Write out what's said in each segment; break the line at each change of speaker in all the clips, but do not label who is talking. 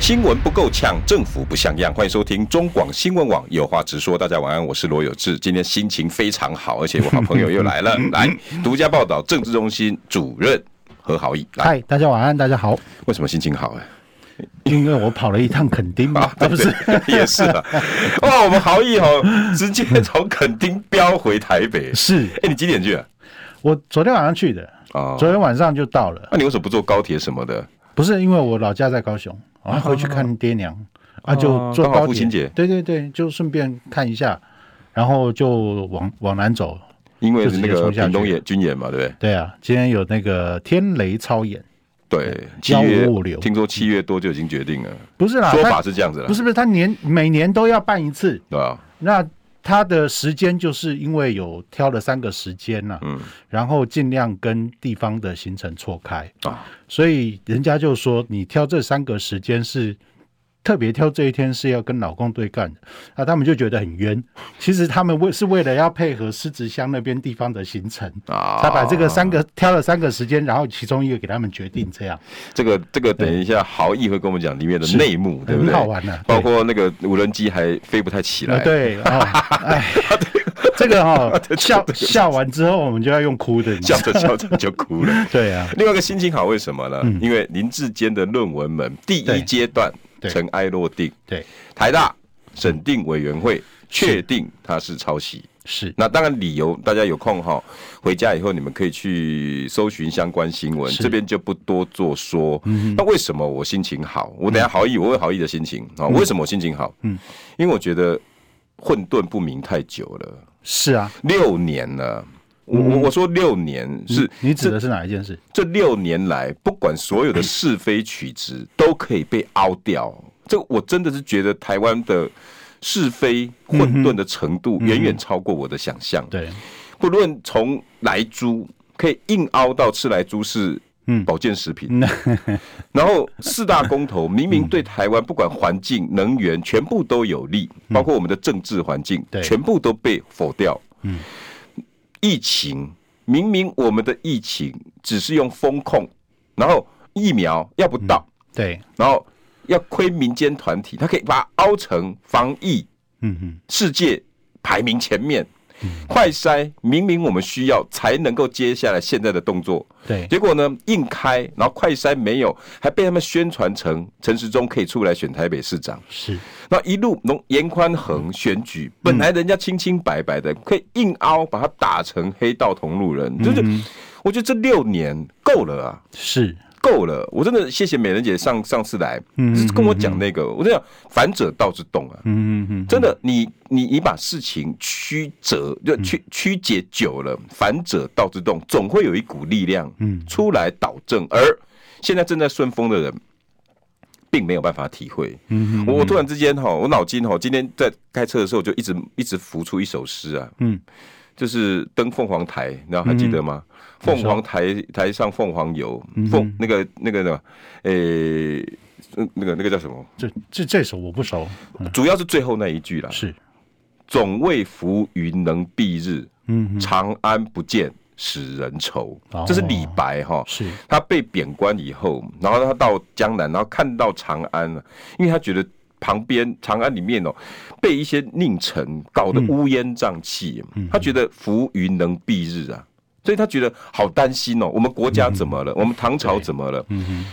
新闻不够呛，政府不像样。欢迎收听中广新闻网，有话直说。大家晚安，我是罗有志。今天心情非常好，而且我好朋友又来了。来，独家报道，政治中心主任何豪毅。来，
嗨，大家晚安，大家好。
为什么心情好、啊？
因为我跑了一趟垦丁 嘛，啊
对
不
对
是，
也是啊。哇，我们豪毅哦，直接从垦丁飙回台北。
是
哎，你几点去啊？
我昨天晚上去的，
哦
昨天晚上就到了。
那啊你为什么不坐高铁什么的？
不是因为我老家在高雄，我要回去看爹娘，啊就
哦
坐
刚好
高
父亲
铁
节，
对对对，就顺便看一下，然后就往往南走。
因为
就直接
那个
冲下去
屏东演军演嘛，对不对？
对啊，今天有那个天雷操演，
对，七
幺
月
五五六
听说七月多就已经决定了，
不是啦，
说
他
法是这样子了
不，是不是，他年每年都要办一次，
对啊吧？
那他的时间就是因为有挑了三个时间呐、
嗯
然后尽量跟地方的行程错开。
啊，
所以人家就说你挑这三个时间是特别挑这一天是要跟老公对干的，啊，他们就觉得很冤。 其实他们为是为了要配合狮子乡那边地方的行程，
啊
他把这个三个挑了三个时间，然后其中一个给他们决定这样。
这个这个，等一下豪毅会跟我们讲里面的内幕，对不对？
很好玩啊对
包括那个无人机还飞不太起来
啊，，对啊， 哎，这个哈笑笑完之后，我们就要用哭的，你知
笑
道
着笑着就哭了。
对啊，
另外一个心情好，为什么呢？因为林志坚的论文门第一
嗯对
阶段
对
尘埃落定，
对，
台大审定委员会确定它是抄袭。
是
那当然，理由大家有空哈，回家以后你们可以去搜寻相关新闻，
是嗯
这边就不多做说。那为什么我心情好？我等一下好意，我问好意的心情啊，为什么我心情好？嗯，因为我觉得混沌不明太久了，
是啊。
六年了。我
嗯
我我说六年是
你指
这
的是哪一件事？
这六年来，不管所有的是非曲直都可以被凹掉，这个我真的是觉得台湾的是非混沌的程度远远超过我的想象。
对，
不论从来猪可以硬凹到吃来猪是
嗯
保健食品， 然后四大公投明明对台湾不管环境、能源全部都有利，包括我们的政治环境，
嗯对
全部都被否掉。嗯，疫情明明我们的疫情只是用风控，然后疫苗要不到，
对，
然后要亏民间团体，他可以把它凹成防疫
嗯嗯，
世界排名前面。快筛明明我们需要才能够接下来现在的动作，
对，
结果呢硬开，然后快筛没有，还被他们宣传成陈时中可以出来选台北市长。
是，
那一路从严宽恒选举，本来人家清清白白的，可以硬凹把他打成黑道同路人，就是我觉得这六年够了啊。
是，
够了，我真的谢谢美人姐上上次来，是跟我讲那个，我在想反者道之动啊，
嗯嗯嗯，
真的，你你你把事情曲折就
嗯
曲曲解久了，反者道之动，总会有一股力量
嗯
出来导正。而现在正在顺风的人，并没有办法体会。
嗯
我我突然之间哈，我脑筋哈，今天在开车的时候就一直一直浮出一首诗啊，
嗯，
就是登凤凰台，你知道还记得吗？凤凰台台上凤凰游，
嗯
凤那个那个呢，诶、那个那个叫什么？
这这这首我不熟，嗯，
主要是最后那一句啦，
是，
总为浮云能蔽日，
嗯嗯
长安不见使人愁
哦。
这是李白哈，
是，
他被贬官以后，然后他到江南，然后看到长安了，因为他觉得旁边长安里面哦，被一些佞臣搞
嗯
得乌烟瘴气，他觉得浮云能蔽日啊，所以他觉得好担心哦，我们国家怎么
嗯
了？我们唐朝怎么了？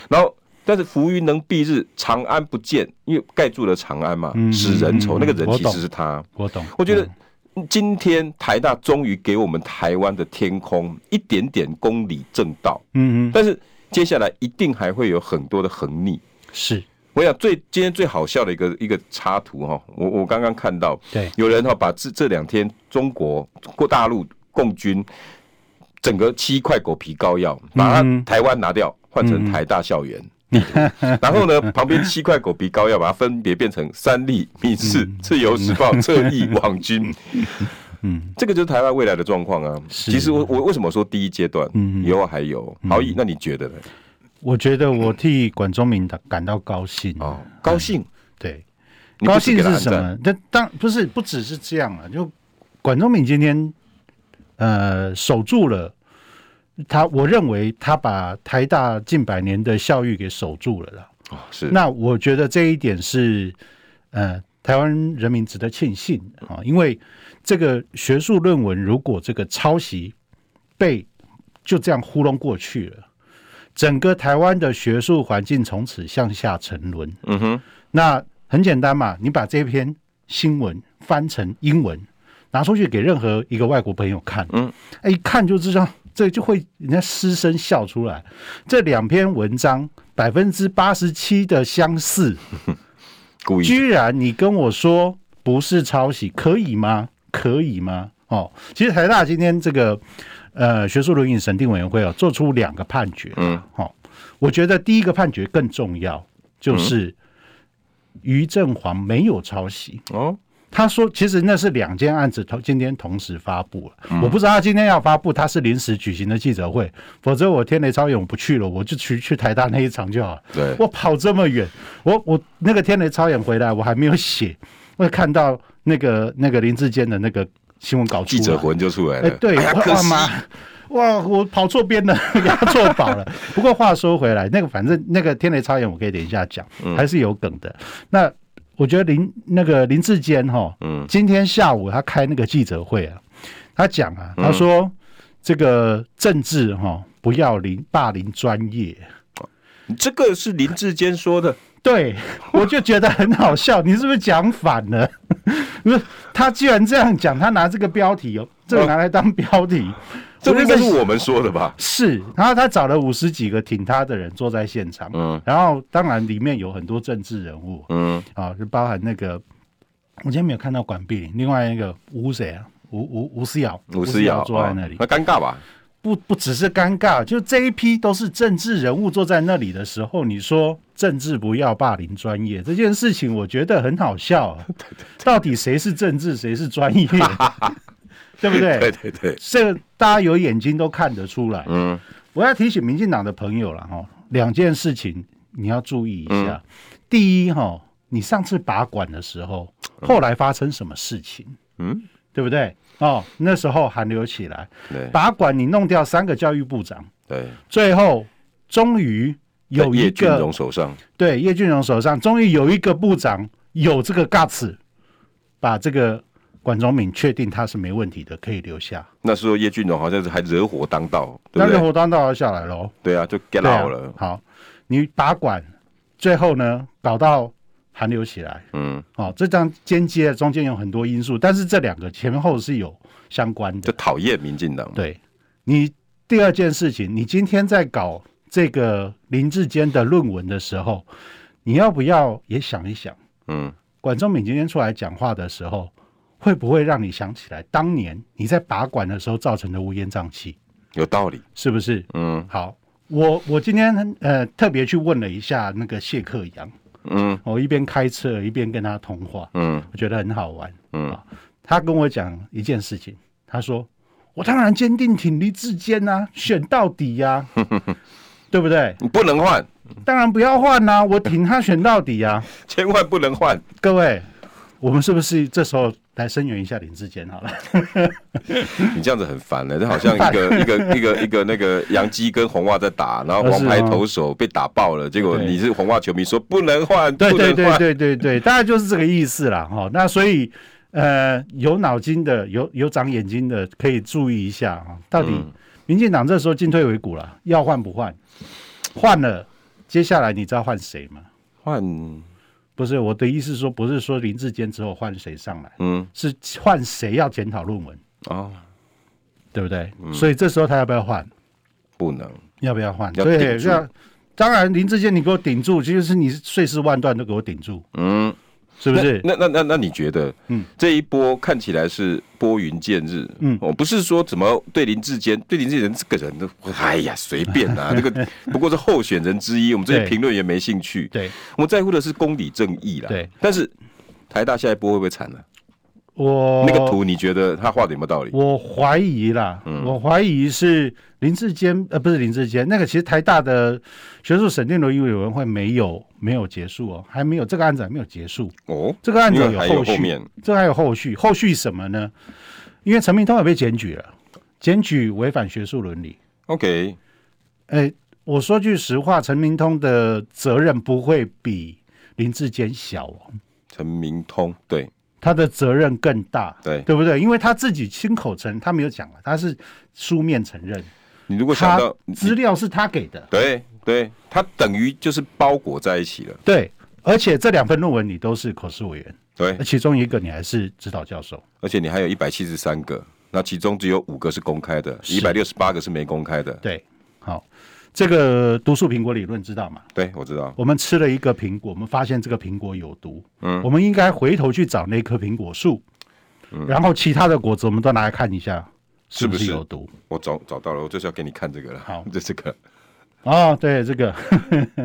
然后。但是浮云能蔽日，长安不见，因为盖住了长安嘛，
嗯
使人愁。
嗯
那个人
我
其
懂
实是他。
我懂，
我觉
嗯
得今天台大终于给我们台湾的天空一点点公理正道，
嗯嗯
但是接下来一定还会有很多的横逆。
是，
我想最今天最好笑的一个一个插图哈、我我刚刚看到
对，
有人哈、把这这两天中国过大陆共军整个七块狗皮膏药，把它
嗯
台湾拿掉，换成台大校园。 然后呢，旁边七块狗皮 膏药把它分别变成三立、民事、自由时报、侧翼、网军。
嗯
这个就是台湾未来的状况啊。
是
其实我我为什么说第一阶段，
嗯
以后还有好，那你觉得呢？
我觉得我替管中明的感到高兴。
哦，高兴，
对，
你
嗯高
不是
兴
给他
是
按
什
赞，
么？那当不是不只是这样了，就管中敏今天呃守住了他，我认为他把台大近百年的校誉给守住了啦。
哦是
那我觉得这一点是呃台湾人民值得庆幸的啊，因为这个学术论文如果这个抄袭被就这样糊弄过去了，整个台湾的学术环境从此向下沉沦。
嗯哼，
那很简单嘛，你把这篇新闻翻成英文，拿出去给任何一个外国朋友看，
嗯，
哎，一看就知道，这就会人家失声笑出来。这两篇文章百分之八十七的相似，
故意
居然你跟我说不是抄袭，可以吗？可以吗？哦，其实台大今天这个呃学术伦理审定委员会哦，做出两个判决，
嗯，
哦，我觉得第一个判决更重要，就是于正煌没有抄袭。
哦，
他说，其实那是两件案子同今天同时发布了，我不知道他今天要发布，他是临时举行的记者会，否则我天雷超演我不去了，我就去去台大那一场就好了。
对，
我跑这么远，我我那个天雷超演回来，我还没有写，我看到那个那个林志坚的那个新闻稿出
记
来
者魂就出来
哎、
了，
对，
哎呀
我
可
哇
惜，
妈，哇，我跑错边了， 给他错宝了。不过话说回来，那个反正那个天雷超演，我可以等一下讲，
嗯
还是有梗的。那我觉得林那个林志坚哈，
嗯
今天下午他开那个记者会啊，他讲啊，
嗯
他说、这个政治哈不要凌霸凌专业，
这个是林志坚说的，
对，我就觉得很好笑，你是不是讲反了？ 不是，他居然这样讲，他拿这个标题哦，这个拿来当标题，
这
我
个
就
应
在
该是我们说的吧？
是，然后他找了五十几个挺他的人坐在现场，
嗯
然后当然里面有很多政治人物
嗯，
啊，就包含那个我今天没有看到管碧玲，另外一个吴谁啊，吴吴吴思瑶，
五十
瑶嗯
摇
坐在那里，
哦那尴尬吧？
不不只是尴尬，就这一批都是政治人物坐在那里的时候，你说政治不要霸凌专业这件事情，我觉得很好笑、 啊。到底谁是政治，谁是专业， 对不对？
对对对，
这个大家有眼睛都看得出来。
嗯，
我要提醒民进党的朋友了哈，两件事情你要注意一下。
嗯
第一哈，你上次拔管的时候，后来发生什么事情？
嗯，
对不对？哦，那时候寒流起来，
对
拔管你弄掉三个教育部长，
对，
最后终于有
在
一
叶俊
个
荣手上，
对叶俊荣手上，终于有一个部长有这个 guts，把这个管中敏确定他是没问题的，可以留下。
那时候叶俊荣好像是还惹火当道，对
那
不
任
对？
活当道下来喽。
对啊，就 get
对啊
out 了，
好，你把管，最后呢搞到寒流起来，
嗯，
哦，这张间接中间有很多因素，但是这两个前后是有相关
就
的。
讨厌民进党，
对，你第二件事情，你今天在搞这个林志坚的论文的时候，你要不要也想一想，
嗯，
管中敏今天出来讲话的时候，会不会让你想起来当年你在把管的时候造成的乌烟瘴气，
有道理，
是不是？
嗯
好，我我今天呃特别去问了一下那个谢克阳，
嗯
我一边开车一边跟他通话，
嗯
我觉得很好玩。啊
嗯，
他跟我讲一件事情，他说我当然坚定挺立志坚呐，选到底呀、 对不对？
你不能换，
当然不要换呐、啊我挺他选到底呀、
千万不能 换，
各位，我们是不是这时候来声援一下林志坚好了？
你这样子很烦欸了，这好像一 个一个一个一个那个杨基跟红袜在打，然后
呃是
黄牌
吗
投手被打爆了，结果
对
你是红袜球迷说不能换，
对
不
对
能
对
换，
对对对，大概就是这个意思啦。哈、那所以呃，有脑筋的、有有长眼睛的，可以注意一下啊、到底
嗯
民进党这时候进退维谷了，要换不换？换了，接下来你知道换谁吗？
换，
不是我的意思是说，不是说林志坚之后换谁上来，
嗯
是换谁要检讨论文，
哦，
对不对？
嗯
所以这时候他要不要换？
不能，
要不要换？
要
对，
顶住
要。当然，林志坚，你给我顶住，就是你碎尸万段都给我顶住，
嗯。
是不是？
那那那那你觉得，
嗯
这一波看起来是拨云见日，哦
嗯
我、不是说怎么对林志坚，对林志坚这个人都，哎呀随便 啊，这个不过是候选人之一，我们这些
对
评论员没兴趣，
对，
我们在乎的是公理正义啦。
对，
但是台大下一波会不会惨呢、
我
那个图你觉得他画的有没有道理？
我怀疑啦，
嗯
我怀疑是林志坚，呃，不是林志坚，那个其实台大的学术审定伦理委员会没有没有结束哦，还没有这个案子还没有结束，
哦，
这个案子
因为
有
还
后
有
续，
后面
这个还有后续，后续什么呢？因为陈明通也被检举了，检举违反学术伦理。
，OK，
哎，我说句实话，陈明通的责任不会比林志坚小哦，
陈明通，对
他的责任更大，
对，
对不对？因为他自己亲口承认，他没有讲了，他是书面承认。
你如果想
他
到，
资料是他给的，
对对，它等于就是包裹在一起了，
对，而且这两份论文你都是口试委员，
对
那，其中一个你还是指导教授，
而且你还有一百七十三个，那其中只有五个是公开的，一百六十八个是没公开的，
对，好，这个毒素苹果理论知道吗？
对，我知道，
我们吃了一个苹果，我们发现这个苹果有毒，嗯，我们应该回头去找那棵苹果树，然后其他的果子我们都拿来看一下嗯是不
是
是
不是
有毒。
我找找到了，我就是要给你看这个了，
好，
就这个
哦，对，这个，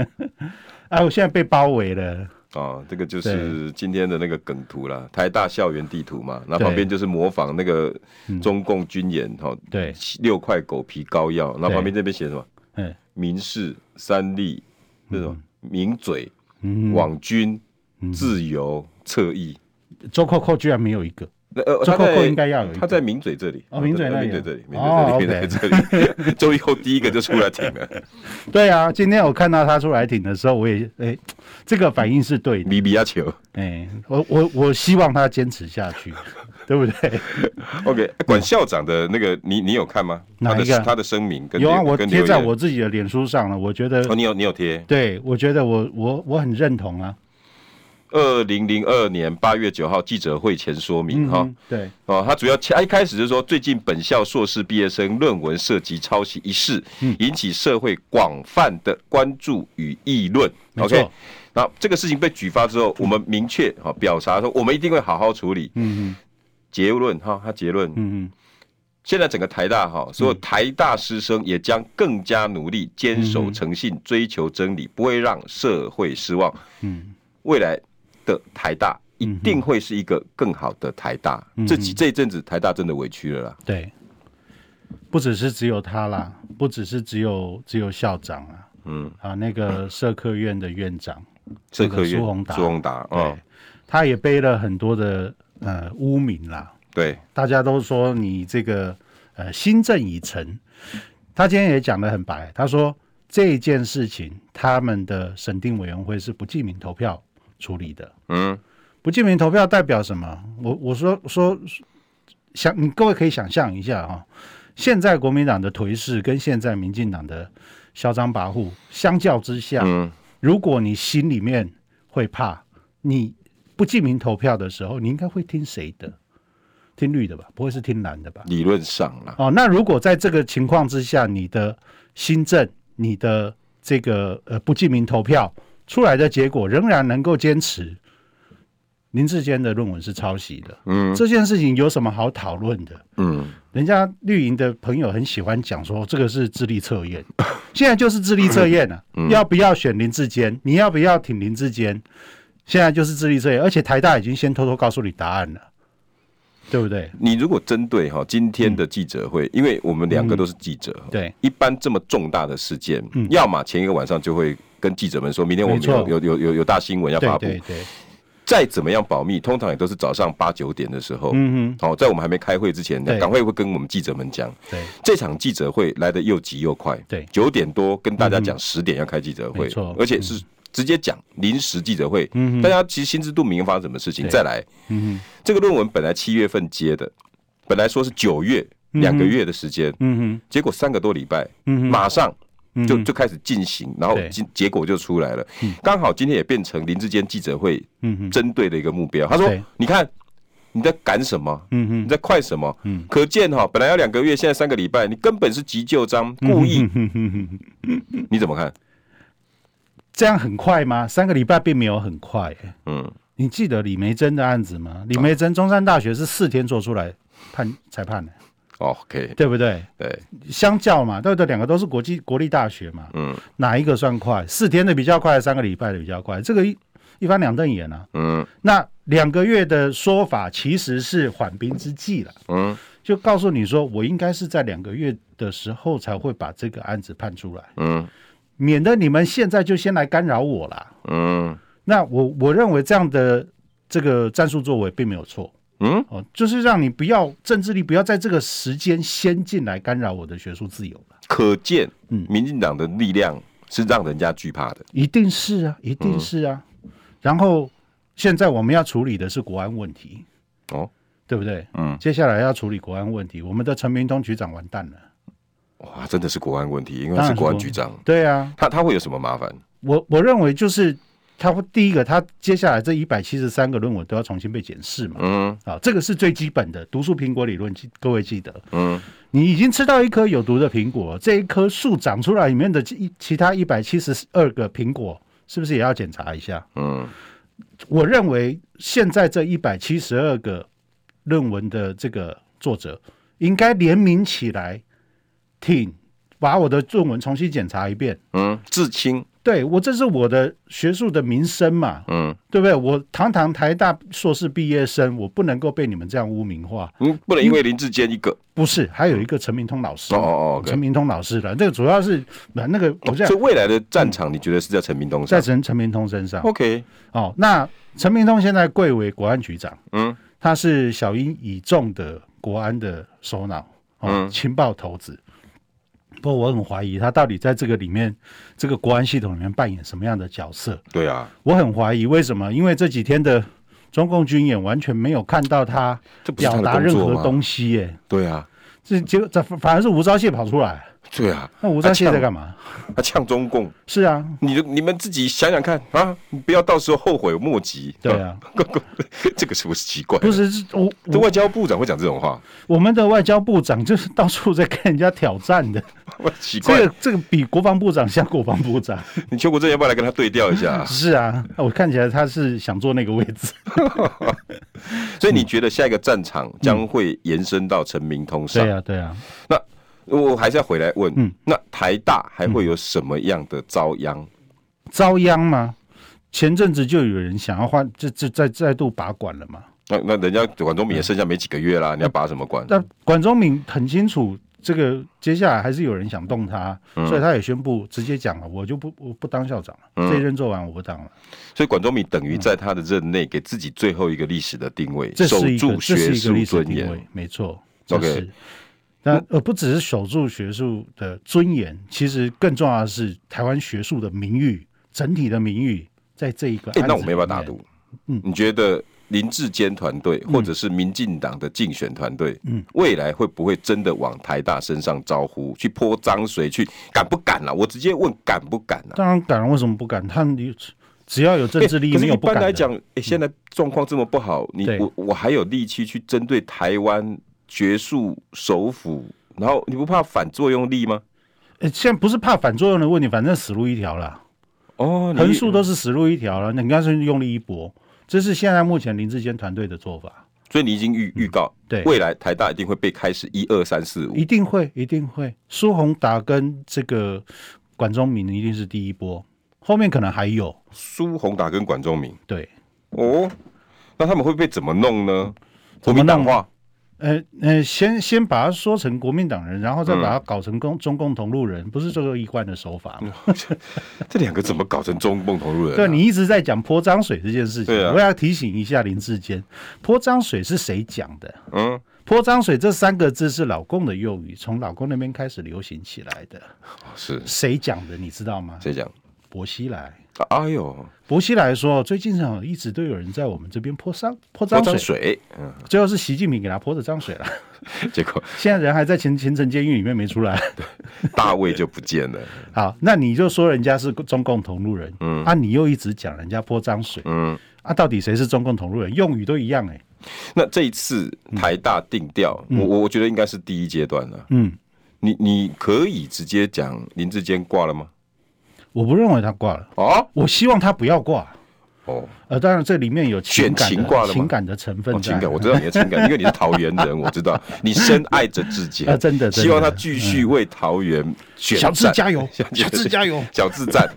哎、我现在被包围了，
哦，这个就是今天的那个梗图啦，台大校园地图嘛，那旁边就是模仿那个
嗯
中共军演哦，
对，
六块狗皮膏药，然后
对
旁边这边写什么
嗯
民事、三立那种名嘴、
嗯，
网军、自由、侧翼。
周扣扣居然没有一个，
那呃，
周
他在
扣扣应该要有一个
他在名嘴这里，
哦名嘴那里
名嘴这里，名
哦
嘴这里，名嘴这里， 周一后第一个就出来挺 了，
对啊，今天我看到他出来挺的时候，我也哎、这个反应是对的。
米比亚啊球。
哎、我我我希望他坚持下去， 对不对？
OK，管校长的那个，你你有看吗？他
哪
的
一个
他的声明跟
有啊，
留
我
跟
贴
留
在
言
我自己的脸书上了。我觉得，
哦，你有你有贴。
对我觉得我我我很认同啊。
二零零二年八月九号记者会前说明哈、
嗯，对，
哦，他主要他一开始就说，最近本校硕士毕业生论文涉及抄袭一事，
嗯
引起社会广泛的关注与议论。
没错
OK，那这个事情被举发之后，我们明确哈、哦表达说，我们一定会好好处理。
嗯
结论哈、他结论，
嗯嗯
现在整个台大哈、所有台大师生也将更加努力，坚
嗯
守诚信，追求真理，不会让社会失望。
嗯
未来的台大一定会是一个更好的台大。这几这一阵子台大真的委屈了啦。
嗯，对，不只是只有他啦，不只是只有只有校长啊，
嗯，
啊，那个社科院的院长，
社科院
苏宏达
苏宏达，嗯，
他也背了很多的呃污名啦。
对，
大家都说你这个呃新政已成，他今天也讲得很白，他说这件事情他们的审定委员会是不记名投票处理的，
嗯，
不记名投票代表什么？我我说说想你各位可以想象一下哈、现在国民党的颓势跟现在民进党的嚣张跋扈相较之下，
嗯
如果你心里面会怕，你不记名投票的时候，你应该会听谁的？听绿的吧，不会是听蓝的吧？
理论上啦，
哦，那如果在这个情况之下，你的新政、你的这个呃不记名投票出来的结果仍然能够坚持林志坚的论文是抄袭的，
嗯
这件事情有什么好讨论的？
嗯，
人家绿营的朋友很喜欢讲说，这个是智力测验，现在就是智力测验了、
嗯
要不要选林志坚？你要不要挺林志坚？现在就是智力测验，而且台大已经先偷偷告诉你答案了，对不对？
你如果针对哈今天的记者会，因为我们两个都是记者，
对，
一般这么重大的事件，要么前一个晚上就会跟记者们说，明天我们
嗯没错
有有有有有大新闻要
对
发布，
对对，
再怎么样保密，通常也都是早上八九点的时候，
嗯
好、在我们还没开会之前，
对
赶快会跟我们记者们讲，
哼，对，
这场记者会来的又急又快，
对嗯
九点多跟大家讲十点要开记者会
没错，嗯
而且是直接讲临时记者会，大家其实心知肚明发生什么事情。
对
再来，
嗯哼，
这个论文本来七月份接的，本来说是九月两个月的时间，
嗯哼，
结果三个多礼拜，
嗯哼，
马上
嗯
就
哼
就开始进行，然后
对
结结果就出来了。刚好今天也变成林志坚记者会
嗯哼，
针对的一个目标。他说
对：“
你看你在赶什么？
嗯
你
哼，嗯
在快什么？可见哈，本来要两个月，现在三个礼拜，你根本是急救章，
嗯
故意。你怎么看？
这样很快吗？三个礼拜并没有很快、欸
嗯，
你记得李梅珍的案子吗？李梅珍中山大学是四天做出来判裁判的，
哦，OK，
对不对？
对，
相较嘛，对不对？两个都是国际国立大学嘛，
嗯，
哪一个算快？四天的比较快，三个礼拜的比较快，这个一一翻两瞪眼啊。
嗯
那两个月的说法其实是缓兵之计了，
嗯
就告诉你说，我应该是在两个月的时候才会把这个案子判出来，
嗯
免得你们现在就先来干扰我啦。
嗯
那我我认为这样的这个战术作为并没有错
嗯，
哦，就是让你不要政治力不要在这个时间先进来干扰我的学术自由了，
可见，
嗯
民进党的力量是让人家惧怕的。
一定是啊，一
嗯
定是啊。然后现在我们要处理的是国安问题，
哦，
对不对？
嗯，
接下来要处理国安问题，我们的陈明通局长完蛋了。
哇，真的是国安问题，因为
当然
是
是
国安
国
局长，
对啊，
他他会有什么麻烦？
我我认为就是他会第一个，他接下来这一百七十三个论文都要重新被检视嘛。
嗯
啊，这个是最基本的毒素苹果理论，记各位记得，
嗯
你已经吃到一颗有毒的苹果，这一棵树长出来里面的其其他一百七十二个苹果，是不是也要检查一下？
嗯
我认为现在这一百七十二个论文的这个作者应该联名起来，挺把我的论文重新检查一遍。
嗯，至亲，
对我，这是我的学术的名声嘛，
嗯
对不对？我堂堂台大硕士毕业生，我不能够被你们这样污名化。
嗯，不能因为林志坚一个
不是，还有一个陈明通老师
哦
嘛，
哦哦，OK
嗯陈明通老师了。这个主要是呃那那个，我
哦
这
所
样
以未来的战场，你觉得是在陈明东
在
上
陈陈明通身上
？OK，
哦。那陈明通现在贵为国安局长，
嗯
他是小英倚重的国安的首脑，哦，
嗯
情报头子。不过我很怀疑他到底在这个里面，这个国安系统里面扮演什么样的角色。
对啊，
我很怀疑，为什么？因为这几天的中共军演完全没有看到他
这不是他
表
的
达
工
任
作
何
吗？
东西耶、
对啊，
这结果这反而是吴钊燮跑出来。
对啊，
那吴钊燮在干嘛？
他呛中共，
是啊，
你就你们自己想想看啊，你不要到时候后悔莫及。
对，啊，
这个是不是奇怪？
不是是我
这
我
外交部长会讲这种话，
我们的外交部长就是到处在跟人家挑战的，
奇怪。
这个这个比国防部长像国防部长。
你邱国正要不要来跟他对调一下啊、
是啊，我看起来他是想坐那个位置。
所以你觉得下一个战场将会延伸到陈明通上？
对啊，对啊，
那我还是要回来问，
嗯
那台大还会有什么样的遭殃？
遭殃吗？前阵子就有人想要换，这这再再度拔管了嘛。
那那人家管中敏也剩下没几个月
嗯
啦，你要把什么管？
那管中敏很清楚，这个接下来还是有人想动他，
嗯
所以他也宣布直接讲了，我就不我不当校长了，
嗯
这一任做完我不当了。
所以管中敏等于在他的任内给自己最后一个历史的定位，
这
守
是一个
住
这
学
是一个
术
历史
尊
定
严
位。，没错，这
OK
是。那呃，不只是守住学术的尊严，其实更重要的是台湾学术的名誉，整体的名誉，在这一个
哎、
案子里面、
那我们要不要打赌？
嗯
你觉得林志坚团队或者是民进党的竞选团队，嗯，未来会不会真的往台大身上招呼，去泼脏水，去敢不敢啊？我直接问敢不敢啊？
当然敢，为什么不敢？他们有只要有政治利益，
欸可
没
是
有
一
不敢
般
的。嗯
来讲，哎、现在状况这么不好，你
对
我我还有力气去针对台湾学术首府，然后你不怕反作用力吗？
呃，现在不是怕反作用的问题，反正死路一条啦，
哦，你
横竖都是死路一条了。你干脆用力一搏，这是现在目前林志坚团队的做法。
所以你已经预预告、
嗯对
未来台大一定会被开始一二三四五
一，定会，一定会。苏宏达跟这个管中明一定是第一波，后面可能还有。
苏宏达跟管中明。
对，
哦，那他们会被怎么弄呢？国
怎么
民党
弄
化，
呃呃，先先把他说成国民党人，然后再把他
嗯
搞成共中共同路人，不是这个一贯的手法吗？
这两个怎么搞成中共同路嗯人、啊？
对你一直在讲泼脏水这件事情
对，啊
我要提醒一下林志坚，泼脏水是谁讲的？
嗯，
泼脏水这三个字是老共的用语，从老共那边开始流行起来的。
是
谁讲的？你知道吗？
谁讲？
薄熙来。
啊哎呦，
薄熙来说，最近好像一直都有人在我们这边泼脏
泼
泼脏水，
脏水，嗯，
最后是习近平给他泼的脏水了。
结果
现在人还在前前城监狱里面没出来。
大卫就不见了，
好，那你就说人家是中共同路人，
嗯
啊，你又一直讲人家泼脏水，
嗯，
啊，到底谁是中共同路人？用语都一样哎、
那这一次台大定调，我我我觉得应该是第一阶段了。
嗯，
你你可以直接讲林志坚挂了吗？
我不认为他挂了，
哦
我希望他不要挂。
哦，
呃，当然这里面有情感
选情挂
的
了吗
情感的成分
哦
在，
情感，我知道你的情感，因为你是桃园人，我知道你深爱着自己
啊，真的真的嗯
希望他继续为桃园选
小智
战，
加油 小智加油。
小智战，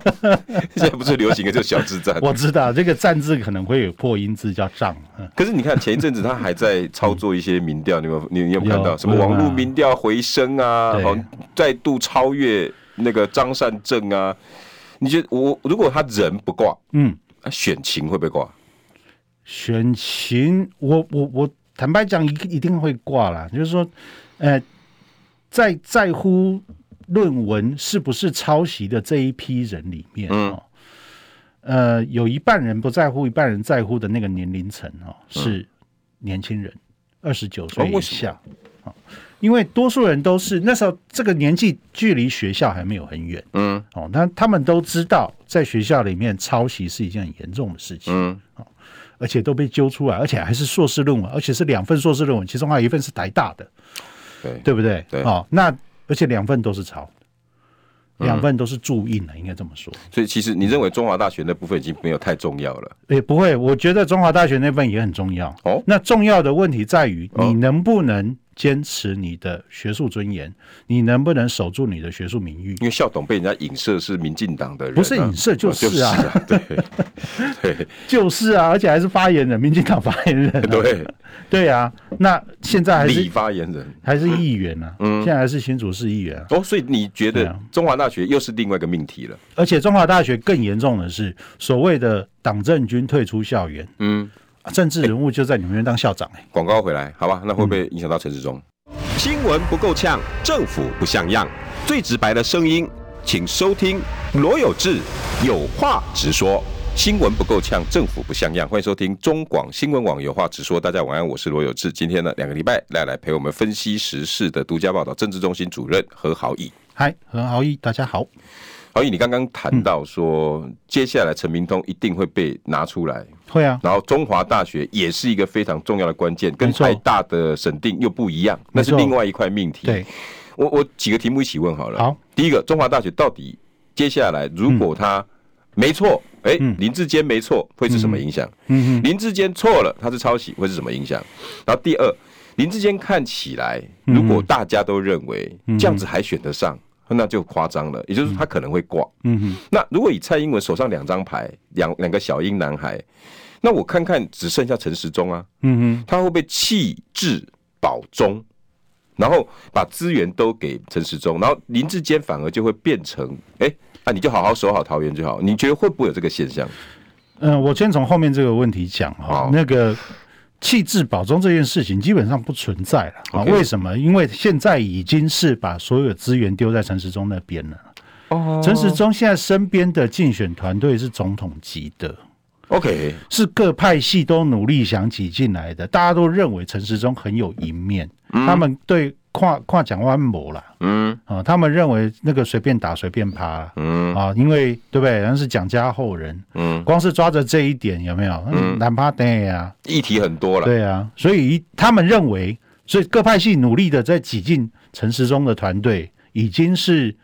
现在不是流行的就小智战。
我知道这个“战”字可能会有破音字，叫“仗”。嗯，
可是你看前一阵子他还在操作一些民调，你有没有你你有没有看到
有
什么
有啊
网络民调回升啊，
对
好像再度超越那个张善政啊？你觉得我如果他人不挂，
嗯，
啊选情会不会挂？
选情，我我我坦白讲，一一定会挂啦。就是说，呃，在在乎论文是不是抄袭的这一批人里面，
嗯
哦，呃，有一半人不在乎，一半人在乎的那个年龄层哦，是年轻人，二十九
嗯
岁
哦为
以
什
下。哦因为多数人都是那时候这个年纪距离学校还没有很远，
嗯
哦，那他们都知道，在学校里面抄袭是一件很严重的事情，哦
嗯，
而且都被揪出来，而且还是硕士论文，而且是两份硕士论文，其中还有一份是台大的，
对
对不对？
对
哦，那而且两份都是抄的，
嗯
两份都是注印的，应该这么说。
所以其实你认为中华大学那部分已经没有太重要了。
也不会，我觉得中华大学那份也很重要。
哦
那重要的问题在于
哦
你能不能坚持你的学术尊严，你能不能守住你的学术名誉。
因为校董被人家影射是民进党的人啊、
不是影射就是啊
啊，对对
就是啊，而且还是发言人，民进党发言人、啊。
对，
对啊，那现在还
李
是
发言人
还是议员啊，
嗯
现在还是新竹市议员啊。
哦，所以你觉
对
得
啊
中华大学又是另外一个命题了？
而且中华大学更严重的是，所谓的党政军退出校园，
嗯，
啊政治人物就在你们那边当校长、哎。
广告回来，好吧？那会不会影响到陈世忠？
新闻不够呛，政府不像样，最直白的声音，请收听罗有志有话直说。
新闻不够呛，政府不像样。欢迎收听中广新闻网有话直说。大家晚安，我是罗有志。今天呢，两个礼拜来来陪我们分析时事的独家报道，政治中心主任何豪毅。
嗨，何豪毅，大家好。
豪毅，你刚刚谈到说，接下来陈明通一定会被拿出来，
会啊，
然后中华大学也是一个非常重要的关键，跟
没错
台大的审定又不一样，那是
没错
另外一块命题。
对，
我我几个题目一起问好了。
好，
第一个，中华大学到底接下来如果他、
嗯
没错，哎、林志坚没错，会是什么影响？
嗯
林志坚错了，他是抄袭，会是什么影响？然后第二，林志坚看起来，
嗯
如果大家都认为这样子还选得上，那就夸张了，也就是他可能会挂。
嗯哼，
那如果以蔡英文手上两张牌，两两个小鹰男孩，那我看看只剩下陈时中啊，
嗯哼，
他会不会弃智保中，然后把资源都给陈时中，然后林志坚反而就会变成，哎、啊，你就好好守好桃园就好。你觉得会不会有这个现象？
嗯、我先从后面这个问题讲哈、
好
那个气质保中这件事情基本上不存在了啊、
OK
为什么？因为现在已经是把所有资源丢在陈时中那边了。哦，陈时中现在身边的竞选团队是总统级的，
OK，
是各派系都努力想挤进来的，大家都认为陈时中很有赢面，他们对跨跨蒋万谋啦，
嗯
啊、他们认为那个随便打随便趴啦
嗯
啊，因为对不对？人家是蒋家后人，
嗯，
光是抓着这一点有没有？嗯，难趴的呀，
议题很多了。
对啊，所以他们认为，所以各派系努力的在挤进陈时中的团队，已经是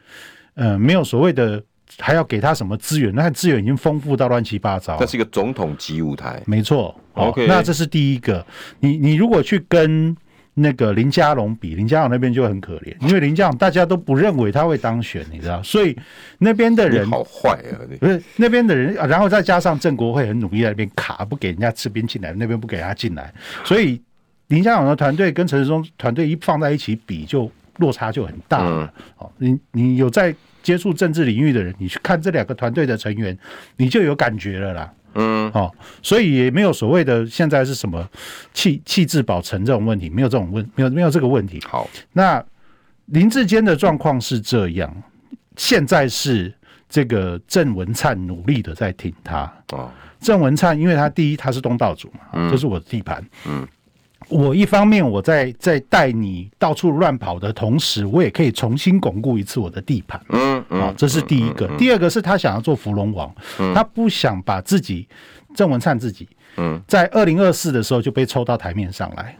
呃没有所谓的还要给他什么资源，那资源已经丰富到乱七八糟了
那。是一个总统级舞台，
没错。哦
OK
那这是第一个。你你如果去跟那个林佳龙比，林佳龙那边就很可怜，因为林佳龙大家都不认为他会当选，你知道，所以那边的
你
人。
好坏啊！你
不是那边的人，啊然后再加上郑国会很努力在那边卡，不给人家这边进来，那边不给他进来，所以林佳龙的团队跟陈时中团队一放在一起比，就落差就很大
嗯
了。哦，你你有在接触政治领域的人，你去看这两个团队的成员，你就有感觉了啦。
嗯，
哦，所以也没有所谓的现在是什么气气质保存这种问题，没有这种问，没有没有这个问题。
好，
那林志坚的状况是这样，现在是这个郑文灿努力的在挺他。
哦，
郑文灿，因为他第一他是东道主嘛，这是我的地盘。嗯，我一方面我在在带你到处乱跑的同时，我也可以重新巩固一次我的地盘。
嗯
啊
嗯，，
这是第一个。第二个是他想要做芙蓉王，他不想把自己郑文灿自己，
嗯
在二零二四的时候就被抽到台面上来。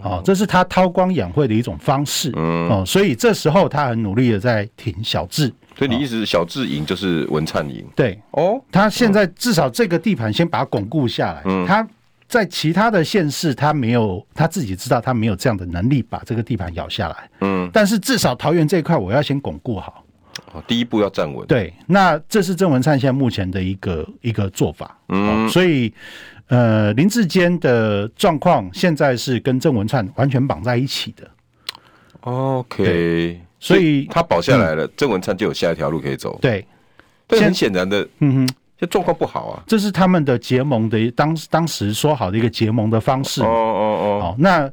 哦，这是他韬光养晦的一种方式。
嗯
哦，所以这时候他很努力的在挺小智。
所以你意思是小智营就是文灿营
对
哦？
他现在至少这个地盘先把它巩固下来。
嗯
他在其他的县市，他没有他自己知道他没有这样的能力把这个地盘咬下来。
嗯，
但是至少桃园这一块，我要先巩固好。
哦第一步要站稳，
对，那这是郑文灿现在目前的一个一个做法。
嗯
哦所以呃，林志坚的状况现在是跟郑文灿完全绑在一起的。
，OK，
哦所以嗯
他保下来了，郑文灿就有下一条路可以走。
对，
但
现
很显然的，
嗯哼。
这状况不好啊。
这是他们的结盟的当当时说好的一个结盟的方式。
哦哦
哦，那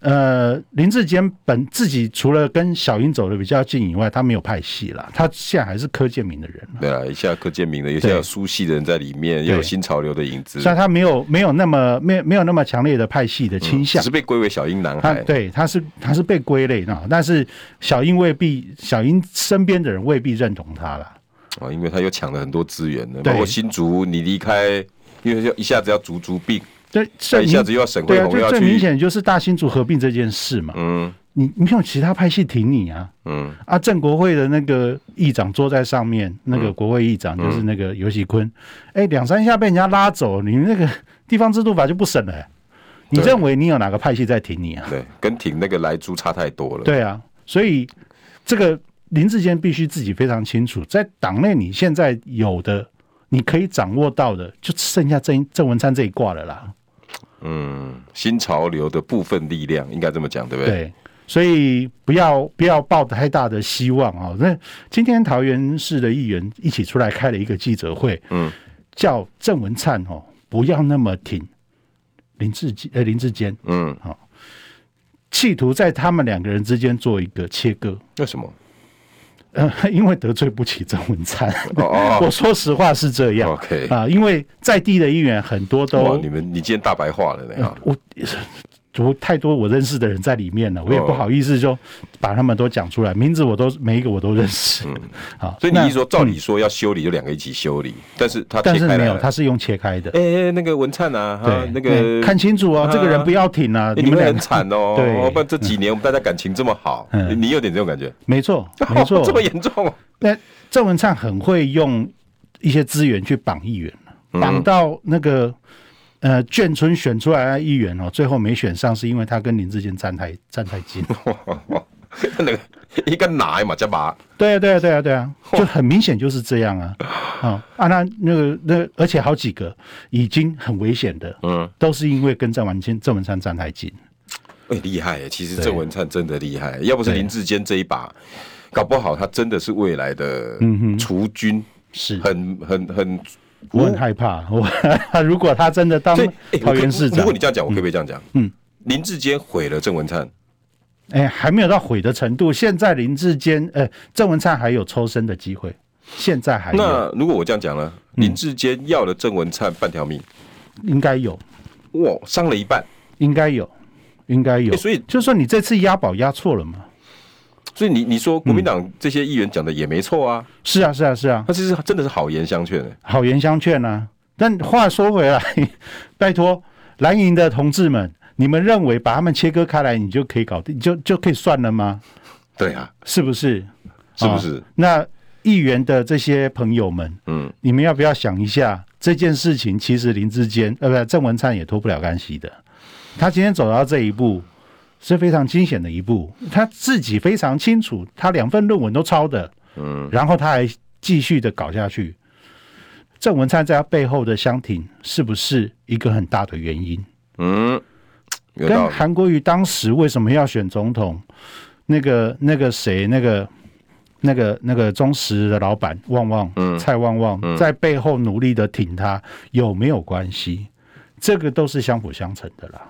呃，林志坚本自己除了跟小英走的比较近以外，他没有派系啦，他现在还是柯建明的人啦
哦，对了，一下柯建明的，一下
啊对
有苏系的人在里面，也有新潮流的影子，
虽然他没有没有那么没有没有那么强烈的派系的倾
只
向
是。被归为小英男
他
孩。
对他嗯是他是被归类的，但是小英未必小英身边的人未必认同他啦。
啊，因为他又抢了很多资源呢，
对
包括新竹，你离开，因为要一下子要竹竹病，
对，最
一
明
下子又要沈
对
惠
啊，
虹
最
要
最
去
明显就是大新组合并这件事嘛，
嗯
你你没有其他派系挺你啊，
嗯，
啊，郑国会的那个议长坐在上面，那
嗯
个国会议长就是那个尤喜坤，哎、两、三下被人家拉走，你那个地方制度法就不审了、欸你
对
认为你有哪个派系在挺你啊？
对，跟挺那个莱猪差太多了。，
对啊，所以这个林志坚必须自己非常清楚，在党内你现在有的，你可以掌握到的，就剩下郑郑文灿这一挂了啦。
嗯，新潮流的部分力量应该这么讲，对不对？
对，所以不要不要抱太大的希望啊、哦。那今天桃园市的议员一起出来开了一个记者会，
嗯，
叫郑文灿哦，不要那么挺林志坚呃林志坚，哦
嗯，
企图在他们两个人之间做一个切割。
为什么？
呃，因为得罪不起郑文灿，
哦哦
我说实话是这样
哦
啊、
，OK，
因为在地的议员很多
哇，
都嗯
你们你今天大白话了呢啊，
我我太多我认识的人在里面了，我也
哦
不好意思就把他们都讲出来，名字我都每一个我都认识。好，
嗯所以你
那嗯
一说，照理说要修理就两个一起修理，但是他
但
切
是
开
没
来
有，
了。
他是用切开的。
哎、那个文灿啊，哈
对，，
那
对
个
看清楚哦，这个人不要挺啊，
哎你们
两
很
个
惨哦，
对
哦不然这几年我们大家感情这么好，
嗯
你你有点这种感觉，
没错，没错
这。么严重哦，
那郑文灿很会用一些资源去绑议员，
嗯
绑到那个呃眷村选出来的议员哦，最后没选上是因为他跟林志坚站太站太近。
那个一个奶嘛，加把
对啊，对啊，对啊，对啊，就很明显就是这样 啊，啊啊，那那个那，而且好几个已经很危险的，
嗯，
都是因为跟郑文清、郑文山站太近，
哎、厉害耶！其实
对
郑文灿真的厉害，要不是
对
林志坚这一把，搞不好他真的是未来的除军，
嗯是
很很很。
我很害怕， 我如果他真的当
所以，哎我
桃
可
园市
如
长
果你，这样讲，我可不可以这样讲？
嗯，
林志坚毁了郑文灿，
哎，还没有到毁的程度。现在林志坚，呃，郑文灿还有抽身的机会，现在还有，嗯
那如果我这样讲呢？林志坚要了郑文灿半条命，
应该有，
哇，伤了一半。
应该有，应该有
哎，所以，
就说你这次押宝押错了嘛？
所以你你
嗯
说国民党这些议员讲的也没错啊，
是啊，是啊，是啊，
他其实真的是好言相劝的。
好言相劝啊。但话说回来， 拜托蓝营的同志们，你们认为把他们切割开来，你就可以搞定，就就可以算了吗？
对啊，
是不是？
是不是
哦？那议员的这些朋友们，
嗯，
你们要不要想一下这件事情？其实林志坚，呃，不，郑文灿也脱不了干系的。他今天走到这一步是非常惊险的一步，他自己非常清楚，他两份论文都抄的，嗯，然后他还继续的搞下去。郑文灿在他背后的相挺，是不是一个很大的原因？
嗯，有道
跟
理。
韩国瑜当时为什么要选总统？那个、那个谁、那个、那个、那个中石的老板旺旺，
嗯
蔡旺旺、在背后努力的挺他，有没有关系？这个都是相辅相成的啦。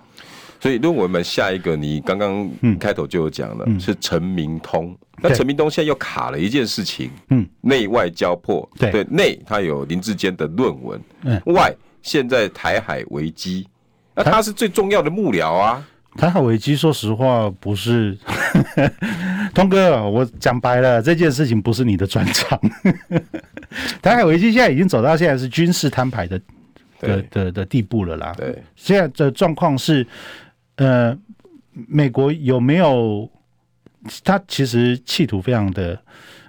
所以论文们下一个，你刚刚开头就有讲了，是陈明通。那
嗯对
陈明通现在又卡了一件事情，
嗯，
内外交迫。
对
内他有林志坚的论文，
嗯，
外现在台海危机，那他是最重要的幕僚啊。
台海危机，说实话不是， 通哥，我讲白了，这件事情不是你的专长。 台海危机现在已经走到现在是军事摊牌的的
对
的的地步了啦。
对，
现在的状况是，呃，美国有没有？他其实企图非常的，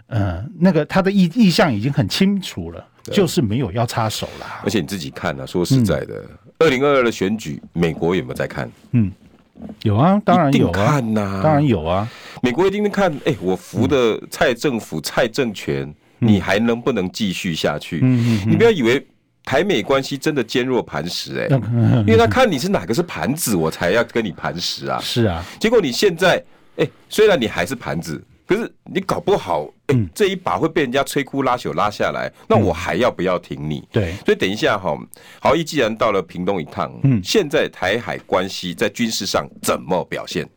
呃，那个他的意意向已经很清楚了，就是没有要插手啦
而。且你自己看啊，说实在的，二零二二的选举，美国有没有在看？
有啊，当然
一定
有啊，
看呐、
当然有啊。
美国一定看，哎、我服的蔡政府、蔡政权，你还能不能继续下去？
嗯
你不要以为台美关系真的坚若磐石、
嗯
哎、因为他看你是哪个是盘子，我才要跟你盘石啊。
是啊，
结果你现在，哎、虽然你还是盘子，可是你搞不好，哎、
嗯
这一把会被人家摧枯拉朽拉下来，那我还要不要挺你？
对，
所以等一下哈，豪毅既然到了屏东一趟，嗯，现在台海关系在军事上怎么表现？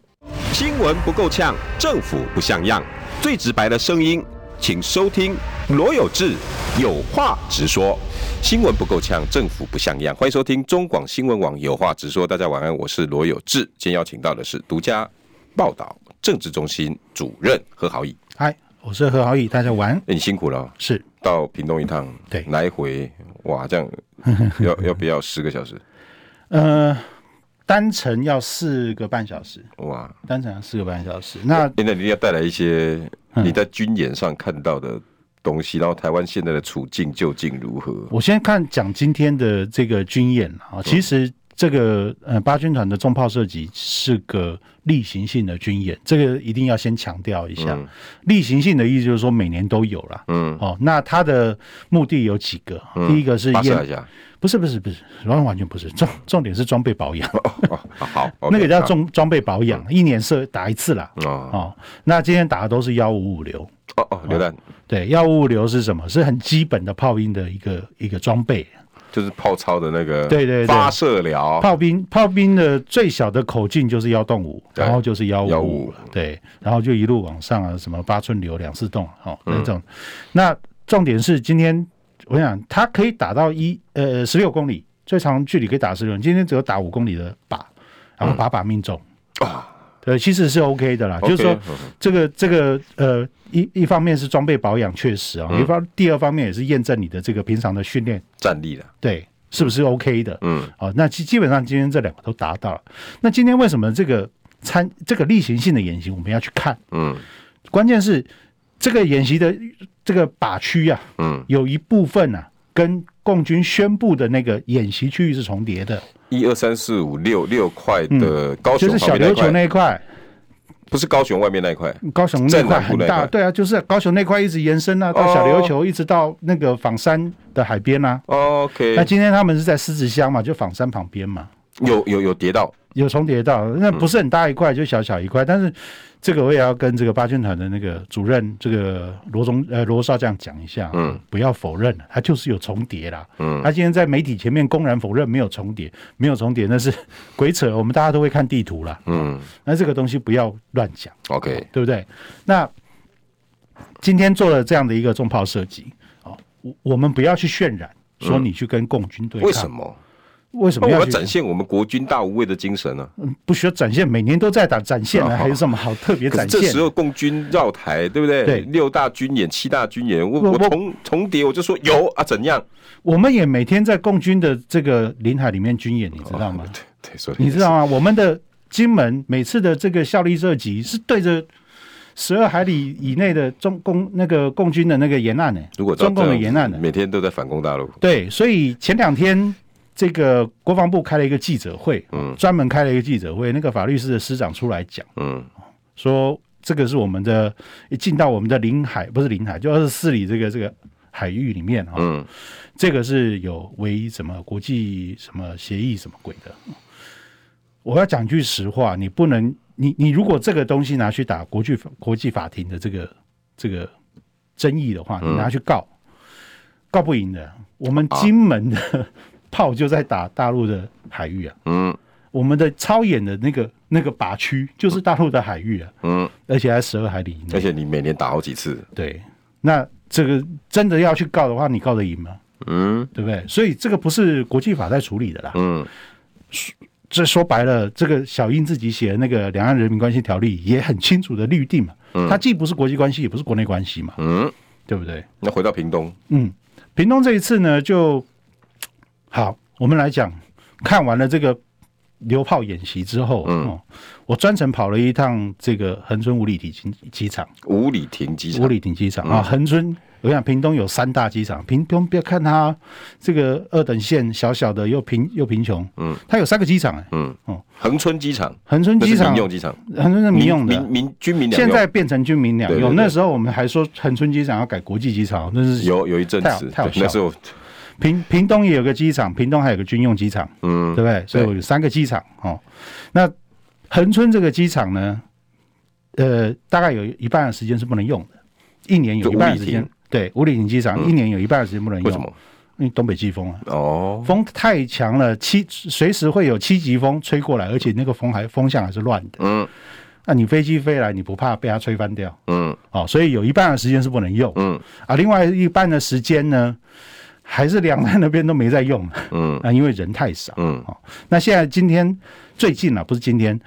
新闻不够呛，政府不像样，最直白的声音，请收听罗有志有话直说。
新闻不够呛，政府不像样。欢迎收听中广新闻网有话直说，大家晚安，我是罗有志。今天邀请到的是独家报道政治中心主任何豪毅，
嗨，我是何豪毅，大家晚安。
哎你辛苦了哦，
是
到屏东一趟，
对
来回哇，这样 要要不要十个小时？
呃，单程要四个半小时，
哇，
单程要四个半小时。那嗯
现在你一定要带来一些你在军演上看到的东西，然后台湾现在的处境究竟如何？
我先看讲今天的这个军演啊，其实这个呃八军团的重炮射击是个例行性的军演，这个一定要先强调一下。例行性的意思就是说每年都有啦。
嗯，
哦，那它的目的有几个？第一个是
发射
验
一，下，
不是不是不是，完完全不是重重点是装备保养，
哦 好嗯好，嗯
那个叫
重
装装备保养，一年射打一次啦。
哦
哦，那今天打的都是幺五五流，
哦哦，榴弹
对，幺五五流是什么？是很基本的炮兵的一个一个装备。
就是炮操的那个，
对对对
发射疗，
炮兵炮兵的最小的口径就是幺洞五，
对
然后就是幺
155
五，对，然后就一路往上啊，什么八寸流、两四洞，哦，
嗯
那种。那重点是今天，我想它可以打到一呃十六公里，最长距离可以打十六，今天只有打五公里的靶，然后靶靶命中。对，其实是 OK 的啦
嗯 OK，
就是说
嗯
这个这个呃，一一方面是装备保养确实啊、
嗯
一方第二方面也是验证你的这个平常的训练
战力了，
对，是不是 OK 的？
嗯，
好，那基基本上今天这两个都达到了。那今天为什么这个参这个例行性的演习我们要去看？
嗯
关键是这个演习的这个靶区啊，
嗯，
有一部分啊跟共军宣布的那个演习区域是重叠的，
一二三四五六六块的高
嗯就
雄
是小
旁边
琉
那块，
球那一嗯块，
不是高雄外面那一块，
高雄那块
在南部
很
那一
大，
块哦
对啊，就是高雄那块一直延伸啊，到小琉球，一直到那个仿山的海边啊。那
，OK，
今天他们是在狮子乡嘛，就仿山旁边嘛。
有有有跌到，
有重叠到，
嗯
那不是很大一块，就小小一块。但是这个我也要跟这个八军团的那个主任，这个罗中呃罗少将讲一下，嗯，不要否认，他就是有重叠啦，嗯，他今天在媒体前面公然否认没有重叠，没有重叠那是鬼扯，我们大家都会看地图啦，
嗯
那这个东西不要乱讲，
，OK，
对不对？那今天做了这样的一个重炮射击，哦，我我们不要去渲染说你去跟共军对
嗯
抗，
为什？么？
为什
那
么
我
要
要
去
展现我们国军大无畏的精神啊呢？
不需要展现，每年都在打展现了，
哦
还有什么好特别
可是
展
这
现
时？候共军绕台，对不对？
对
六大军演、七大军演，我
不
我
不
重重叠，我就说有啊，怎样？
我们也每天在共军的这个领海里面军演，你知道吗？
哦对对，所以
你知道吗？我们的金门每次的这个效力射击是对着十二海里以内的中共那个共军的那个沿岸呢、
如果照
中共的
这样
沿岸呢、
每天都在反攻大陆，
对，所以前两天这个国防部开了一个记者会，
嗯
专门开了一个记者会，那个法律司的司长出来讲。
嗯，
说这个是我们的一进到我们的领海，不是领海，就二十四里这个这个海域里面啊、
嗯
这个是有违什么国际什么协议什么鬼的。我要讲句实话，你不能，你你如果这个东西拿去打国际法国际法庭的这个这个争议的话，你拿去告，告不赢的。我们金门的 炮就在打大陆的海域啊，
嗯
我们的操演的那个那个靶区就是大陆的海域啊。
嗯，
而且还十二海里以
而
内。
且你每年打好几次，
对，那这个真的要去告的话，你告得赢吗？
嗯
对不对？所以这个不是国际法在处理的啦。
嗯，
这说白了，这个小英自己写的那个《两岸人民关系条例》也很清楚的律定嘛，它既不是国际关系，也不是国内关系嘛，
嗯，
对不对？
那回到屏东，
嗯，屏东这一次呢，就好，我们来讲，看完了这个流炮演习之后，嗯，我专程跑了一趟这个恒春五里体机机场，
五里亭机
五
场，
里亭机
嗯
场啊，恒春。我跟你讲，屏东有三大机场。屏东不要看它这个二等县小小的，又贫又贫穷，嗯，它有三个机场、欸，
嗯
哦，
恒春机场，
恒春
那
机
是民
场，
用机场，
恒春是民用的，
民民军民两
现
用。
在变成军民两
对对
用。
对
那时候我们还说恒春机场要改国际机场，那是
有有一阵
太好
子，
太好
对
笑
那时候
屏屏东也有个机场，屏东还有个军用机场，
嗯
对不对？所以我有三个机场哦。那恒春这个机场呢，呃，大概有一半的时间是不能用的，一年有一半的时
就五里
间
亭，嗯
对，五里亭机场一年有一半的时间不能用，
为什么？
因为东北季风啊。
哦，
风太强了，七随时会有七级风吹过来，而且那个风还风向还是乱的。
嗯
那你飞机飞来，你不怕被它吹翻掉？
嗯
哦，所以有一半的时间是不能用
嗯
啊，另外一半的时间呢，还是两岸那边都没在用
嗯
啊，因为人太少。哦
嗯
那现在今天最近啊，不是今天，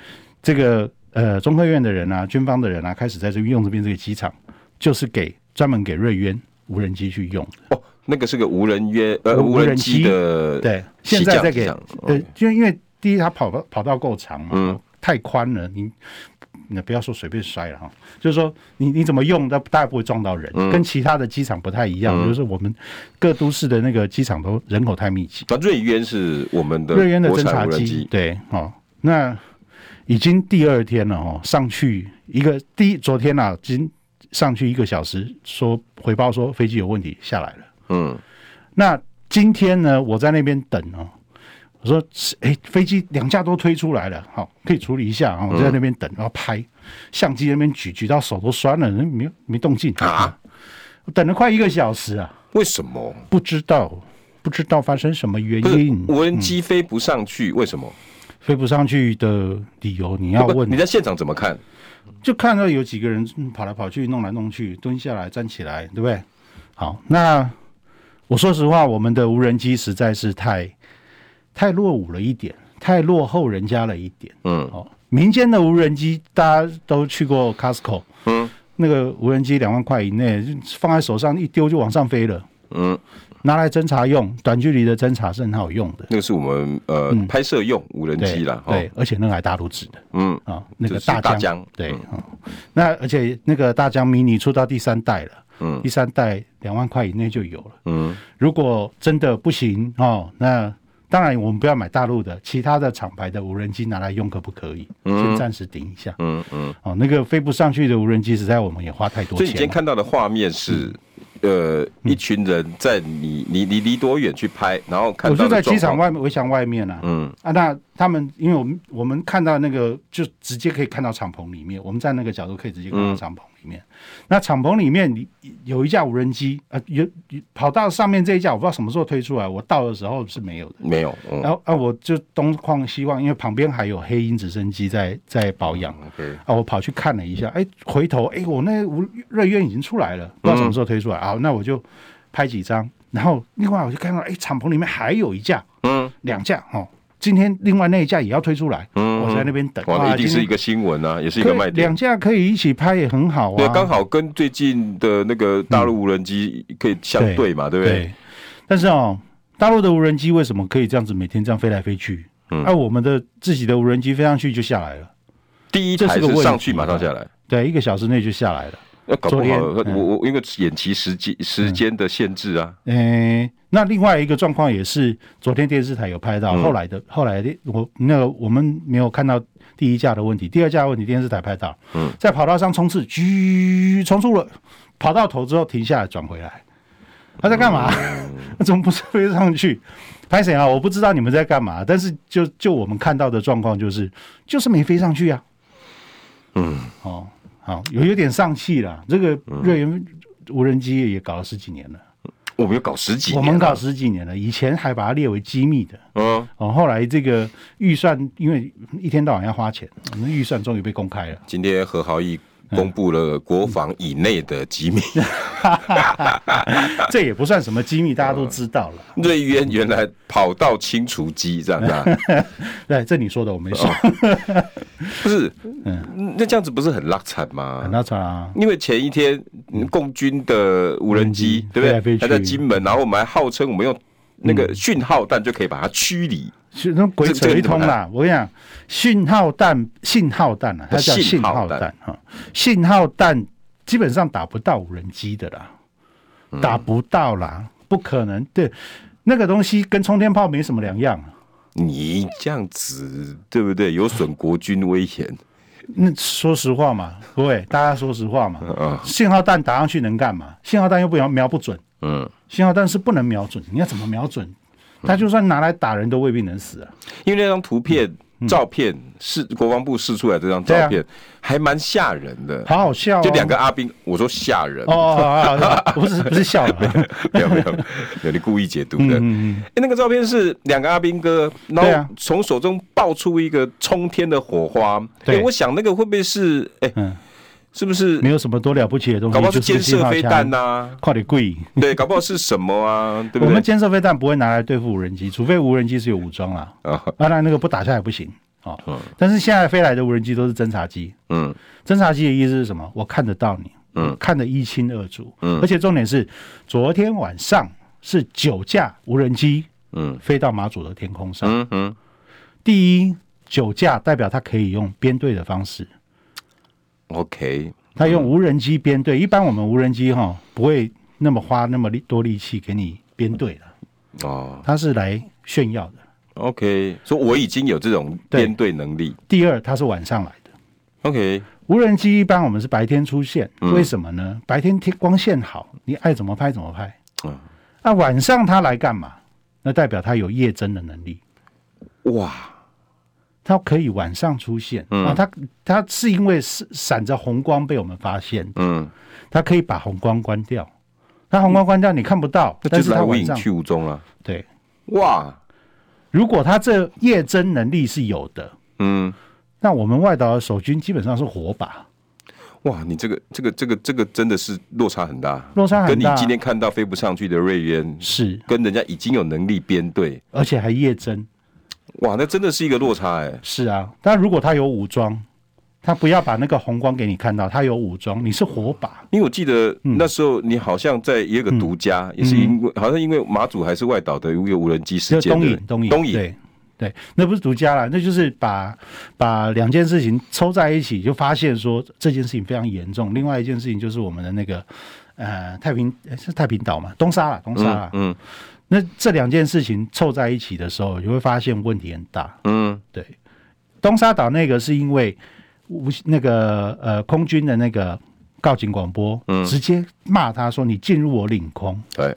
这个呃，中科院的人啊，军方的人啊，开始在这边用这边这个机场，就是给专门给瑞渊无人机去用。
哦，那个是个无人约呃
无
无人
人
机
机
的
对，
起
现在
降
在
机
给
场
对
OK，
就因为第一它跑道跑道够长嘛，
嗯
太宽了，你你不要说随便摔了哈，就是说你你怎么用，它大概不会撞到人，
嗯
跟其他的机场不太一样，就是我们各都市的那个机场都人口太密集，
那瑞渊是我们的
瑞渊的
国
侦
产
察
无人
机，对哦，那已经第二天了哦，上去一个第一昨天啊，今上去一个小时，说回报说飞机有问题，下来了。
嗯
那今天呢，我在那边等哦，我说，哎、飞机两架都推出来了，好、可以处理一下啊、我就在那边
嗯
等，然后拍相机那边举举到手都酸了，嗯没没动静
啊，
我等了快一个小时啊，
为什么？
不知道不知道发生什么原
不是
因，
无人机飞不上去，为什么？
飞不上去的理由你要
不
问
你，在现场怎么看？
就看到有几个人嗯跑来跑去，弄来弄去，蹲下来站起来，对不对？好，那我说实话，我们的无人机实在是太太落伍了一点，太落后人家了一点。
嗯
哦，民间的无人机大家都去过 Costco，
嗯
那个无人机两万块以内，就放在手上一丢就往上飞了，
嗯，
拿来侦察用，短距离的侦察是很好用的。
那个是我们呃拍摄用无人
对
机啦，
嗯对
哦，，
而且那个还大陆制的。
嗯，
啊、那
就
个
是
大
大
疆，
疆
对、哦那而且那个大疆 mini 出到第三代了，
嗯
第三代两万块以内就有了。
嗯
如果真的不行哦，那当然我们不要买大陆的，其他的厂牌的无人机拿来用可不可以？先暂时顶一下。
嗯嗯。
哦，那个飞不上去的无人机，实在我们也花太多
所以你今
钱
天
嗯了。
看到的画面是，呃，一群人在你你你离多远去拍，然后看
我
到
就
的
在
状
机场
况，
外面围墙外面啊，
嗯
啊，那他们因为我们我们看到那个就直接可以看到敞篷里面，我们在那个角度可以直接看到敞篷里
嗯
面。那敞篷里面你有一架无人机，啊，有有跑到上面这一架，我不知道什么时候推出来，我到的时候是没有的。
没有，嗯
然后啊，我就东晃西望，因为旁边还有黑鹰直升机在在保养
，OK，
啊，我跑去看了一下，哎，回头哎，我那无瑞渊已经出来了，不知道什么时候推出
嗯
来啊，那我就拍几张，然后另外我就看到哎，敞篷里面还有一架，
嗯
两架哦，今天另外那一架也要推出来，
嗯
我在那边等。
哇，那一定是一
个
个新闻啊，也是一个卖点
两。架可以一起拍也很好啊。
对，刚好跟最近的那个大陆无人机可以相对嘛，对不对？
嗯对。但是哦，大陆的无人机为什么可以这样子每天这样飞来飞去？
嗯
而、我们的自己的无人机飞上去就下来了，
第一
这
台
是个问
是
题
上去马上下来，
对，一个小时内就下来了。
那搞不
昨
好
天嗯
我我因为延期时间时间的限制啊，
诶，那另外一个状况也是，昨天电视台有拍到，后来的后来的我那个我们没有看到第一架的问题，第二架的问题电视台拍到，
嗯，
在跑道上冲刺，嘘，冲出了跑到头之后停下来转回来，他在干嘛？ 怎么不是飞上去？拍谁啊？我不知道你们在干嘛，但是就就我们看到的状况就是，就是没飞上去啊。嗯，哦，好，有有点丧气了。这个瑞元无人机也搞了十几年了。
我们有搞十几年
我
啊，
们搞十几年了，以前还把它列为机密的。
嗯，
哦，后来这个预算，因为一天到晚要花钱，我们预算终于被公开了。
今天何豪毅公布了国防以内的机 密，
这也不算什么机密，大家都知道了。
瑞渊原来跑道清除机这样子
嗯
啊，
对，哎这你说的我没说，
不是？
嗯
那这样子不是很拉惨吗？
那啥、啊，
因为前一天嗯共军的无人机
无人机，
对不
飞来
对？
飞去嗯
还在金门，然后我们还号称我们用那个讯号弹就可以把它驱离，
是那鬼扯一通啦！我跟你讲，信号弹，信号弹啊，它叫
信
信
号
号
弹
弹哈、信号弹基本上打不到无人机的啦，打不到啦，不可能。对，那个东西跟冲天炮没什么两样啊。
你这样子对不对？有损国军威严。
那说实话嘛，各位大家说实话嘛，
嗯
信号弹打上去能干嘛？信号弹又不瞄瞄不准，
嗯，
信号弹是不能瞄准，你要怎么瞄准？它就算拿来打人都未必能死啊。
因为那张图片、照片是国防部试出来这张照片，还蛮吓人的。
啊好好笑、哦，
就两个阿兵，我说吓人，
哦哦哦哦，哦不是不是笑了，
没 有没有，有你故意解读的。
嗯嗯
哎、那个照片是两个阿兵哥，然
对
后
啊
从手中爆出一个冲天的火花。
对
诶我想那个会不会是哎、
嗯，
是不是
没有什么多了不起的东西，
搞不好是
就
监
信
射
号
飞
枪
弹，呐、
快点跪。
对，搞不好是什么 啊？对不
我们
对？
监射飞弹不会拿来对付无人机，除非无人机是有武装啦，
啊，
当然那个不打下来不行哦。但是现在飞来的无人机都是侦察机，
嗯
侦察机的意思是什么？我看得到你，
嗯，
看得一清二楚，
嗯
而且重点是，昨天晚上是九架无人机
嗯
飞到马祖的天空上，
嗯嗯，
第一九架代表它可以用编队的方式，
OK，
他用无人机编队，一般我们无人机哈不会那么花那么力多力气给你编队的，
哦
它是来炫耀的。
，OK，说我已经有这种
对
编队能力
第二，它是晚上来的，
，OK，
无人机一般我们是白天出现，
嗯
为什么呢？白天天光线好，你爱怎么拍怎么拍。
嗯
那、晚上它来干嘛？那代表它有夜侦的能力，
哇，
它可以晚上出现。
嗯
啊，它它是因为是闪着红光被我们发现，
嗯，
它可以把红光关掉。它红光关掉你看不到，
那
但
就是是
它
来无
晚
影
上
去无踪了，
对。
哇，
如果他这夜侦能力是有的，
嗯。
那我们外岛的守军基本上是火把，
哇，你这个这个这个这个真的是落差很大，
落差很
跟你
大
今天看到飞不上去的瑞渊，
是，
跟人家已经有能力编队，
而且还夜侦，
哇，那真的是一个落差哎、
是啊。但如果他有武装，他不要把那个红光给你看到，他有武装，你是火把，
因为我记得
嗯
那时候你好像在也有个独家，也是因为好像因为马祖还是外岛的一个无人机事
就
件
东
的
引东引
东引，
对对，那不是独家啦，那就是把把两件事情抽在一起，就发现说这件事情非常严重。另外一件事情就是我们的那个呃太平诶是太平岛嘛，东沙啦，东沙啦。
嗯
那这两件事情凑在一起的时候，你会发现问题很大。
嗯
对，东沙岛那个是因为无那个呃空军的那个告警广播，
嗯
直接骂他说你进入我领空，
对，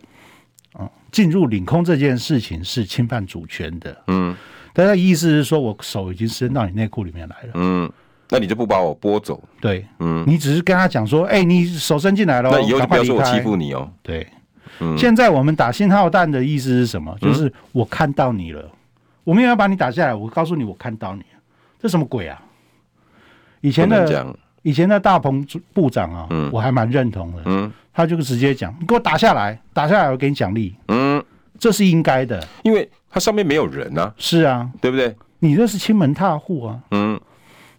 进入领空这件事情是侵犯主权的。
嗯
他的意思是说我手已经伸到你内裤里面来了，
嗯，那你就不把我拨走，
对
嗯，
你只是跟他讲说，哎、你手伸进来了，
那以后就不
赶快
要
离
说我
开
欺负你哦，
对，
嗯
现在我们打信号弹的意思是什么？就是我看到你了，我没有要把你打下来，我告诉你我看到你了，这什么鬼啊？以
不
前
能
的
讲，
以前的大鹏主部长啊，我还蛮认同的，
嗯
他就直接讲：“你给我打下来，打下来，我给你奖励。
嗯，”
这是应该的，
因为它上面没有人啊，
是啊，
对不对？
你这是亲门踏户啊！
嗯，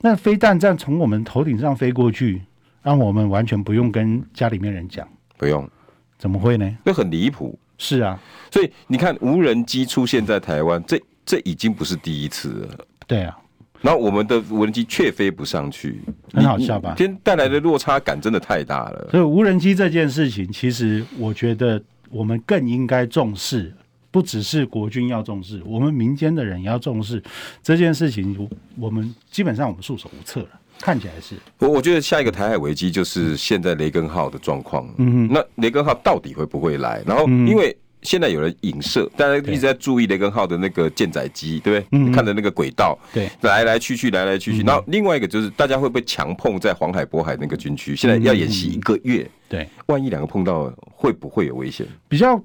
那飞弹这样从我们头顶上飞过去，让我们完全不用跟家里面人讲，
不用，
怎么会呢？
那很离谱。
是啊，
所以你看，无人机出现在台湾，这这已经不是第一次了。
对啊，
然后我们的无人机却飞不上去，
很好笑吧
你你今天带来的落差感真的太大了。
所以无人机这件事情，其实我觉得我们更应该重视，不只是国军要重视，我们民间的人也要重视这件事情。我们基本上我们束手无策了，看起来是。
我我觉得下一个台海危机就是现在雷根号的状况。嗯，那雷根号到底会不会来？然后
嗯
因为。现在有人影射，大家一直在注意雷根号的那个舰载机，对
嗯
不对？看的那个轨道，
对，
来来去去，来来
嗯
去去。然后另外一个就是，大家会不会强碰在黄海、渤海那个军区？现在要演
嗯
习一个月，
对，
万一两个碰到了，会不会有危险？
比较，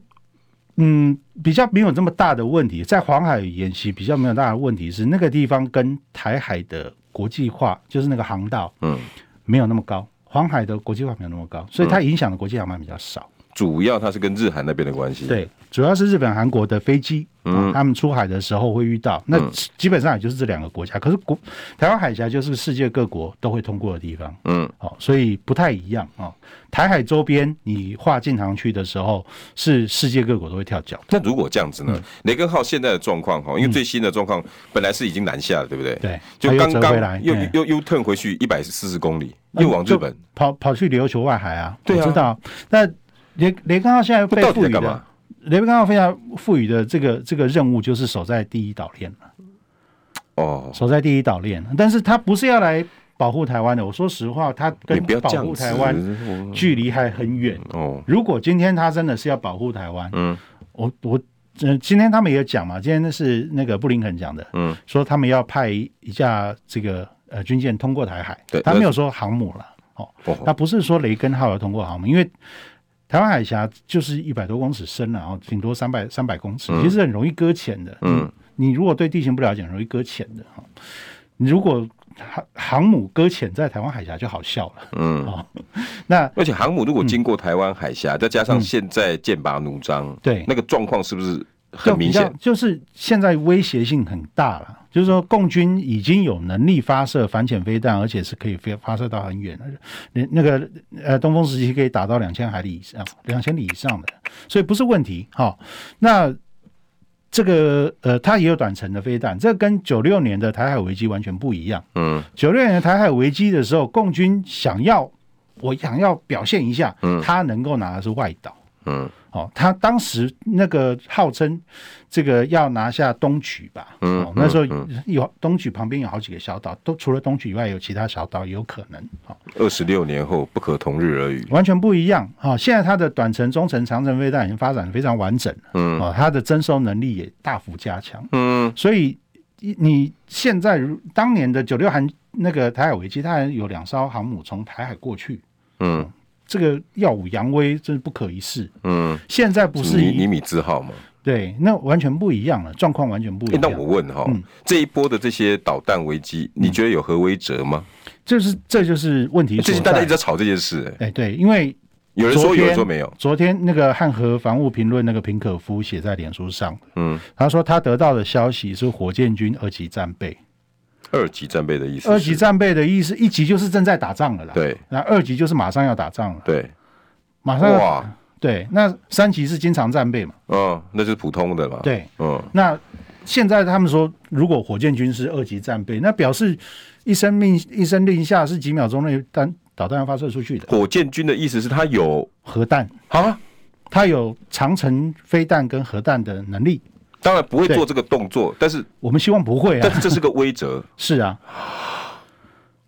嗯，比较没有这么大的问题。在黄海演习比较没有大的问题是，那个地方跟台海的国际化，就是那个航道
嗯，
没有那么高，黄海的国际化没有那么高，所以它影响的国际航班比较少。
主要它是跟日韩那边的关系。，
对，主要是日本、韩国的飞机，嗯，他们出海的时候会遇到。那基本上也就是这两个国家，可是国台湾海峡就是世界各国都会通过的地方，
嗯，
哦，所以不太一样哦。台海周边你划禁航区的时候，是世界各国都会跳脚。
那如果这样子
嗯
呢？雷根号现在的状况哈，因为最新的状况本来是已经南下了，对不对？
对它
就
又
刚
折回来
刚又
对
又又 turn 回去一百四十公里，又往日本
就，跑跑去琉球外海啊，
对啊
我知道。那雷雷根号现在被
到底
赋
在
予
干嘛
的，雷根号非常赋予的这个这个任务就是守在第一岛链嘛
哦，
守在第一岛链，但是他不是要来保护台湾的。我说实话，他
你
跟
不要
保
这样
护
子
台湾
我
距离还很远。
哦，
如果今天他真的是要保护台湾，
嗯，
我我呃，今天他们也讲嘛，今天是那个布林肯讲的，
嗯，
说他们要派一架这个呃军舰通过台海
对，
他没有说航母了，哦，
哦，
那不是说雷根号要通过航母，因为台湾海峡就是一百多公尺深了、啊，然后顶多三百三百公尺，其实很容易搁浅的。
嗯
你，你如果对地形不了解，很容易搁浅的哈。你如果航航母搁浅在台湾海峡就好笑了。哦
嗯。
那
而且航母如果经过台湾海峡，再加
嗯
上现在剑拔弩张，
对
那个状况是不是很
就嗯比
明
较
显？
就是现在威胁性很大了，就是说共军已经有能力发射反潜飞弹，而且是可以飞发射到很远的，那那个呃东风时期可以打到两千海里以上，两千里以上的，所以不是问题。好、那这个呃，它也有短程的飞弹，这跟九六年的台海危机完全不一样。
嗯，
九六年的台海危机的时候，共军想要我想要表现一下，他能够拿的是外岛。
嗯，
哦，他当时那个号称这个要拿下东莒吧，
嗯
哦，那时候有东莒旁边有好几个小岛，都除了东莒以外有其他小岛也有可能，哦，
二十六年后不可同日而语。
完全不一样啊、哦！现在它的短程、中程、长程飞弹已经发展得非常完整了，
嗯
哦，它的征收能力也大幅加强，
嗯，
所以你你现在如当年的九六韩那个台海危机，它还有两艘航母从台海过去，哦
嗯
这个耀武扬威，真是不可一世。
嗯，
现在不是
尼
以嗯
尼米兹号嘛？
对，那完全不一样了，状况完全不一
诶
样。
那我问哈，
嗯
这一波的这些导弹危机，你觉得有何威轍吗？
就是这就是问题所在。
最近大家一直在吵这件事，诶
哎、对，因为
有人
昨
说有，
天
人说没有。
昨天那个汉和防务评论那个平可夫写在脸书上，
嗯，
他说他得到的消息是火箭军二级战备，
二级战备的意思是。
二级战备的意思，一级就是正在打仗了啦，
对，
那二级就是马上要打仗了，
对，
马上要
哇，
对，那三级是经常战备嘛，
嗯，那就是普通的嘛。，
对，
嗯，
那现在他们说，如果火箭军是二级战备，那表示一声命一声令下是几秒钟内弹导弹要发射出去的
火箭军的意思是它有
核弹，
啊，
它有长程飞弹跟核弹的能力。
当然不会
对
做这个动作，但是
我们希望不会
但
啊，
是这是个威 蛰。
是啊，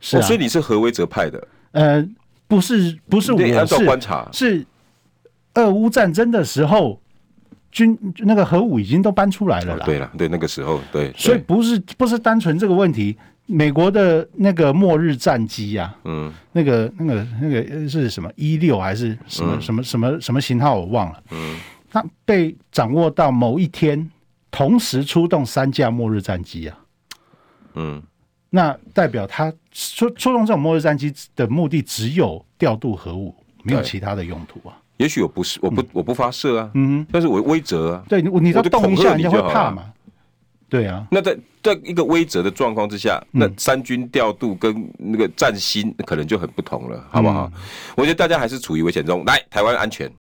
是
哦，
啊，
所以你是何威哲派的，
呃，不是不是
你得
我
按照
是
观察，
是俄乌战争的时候，军那个核武已经都搬出来了啦，
哦对了，对那个时候，对，
所
对
以不是不是单纯这个问题，美国的那个末日战机啊，
嗯
那个那个那个呃是什么一六还是什
嗯
么、什么什么什么型号我忘了。嗯，它被掌握到某一天，同时出动三架末日战机啊，
嗯
那代表它出出动这种末日战机的目的只有调度核武，没有
对
其他的用途啊。
也许我不是，我不我不发射啊，嗯，但是我威责啊。
对，你你
我
要
就
动一
恐吓
下，人
你
家
就
会
好
怕
了
嘛？对啊，
那在在一个威责的状况之下，那三军调度跟那个战心可能就很不同了，好不好？我觉得大家还是处于危险中。来，台湾安全，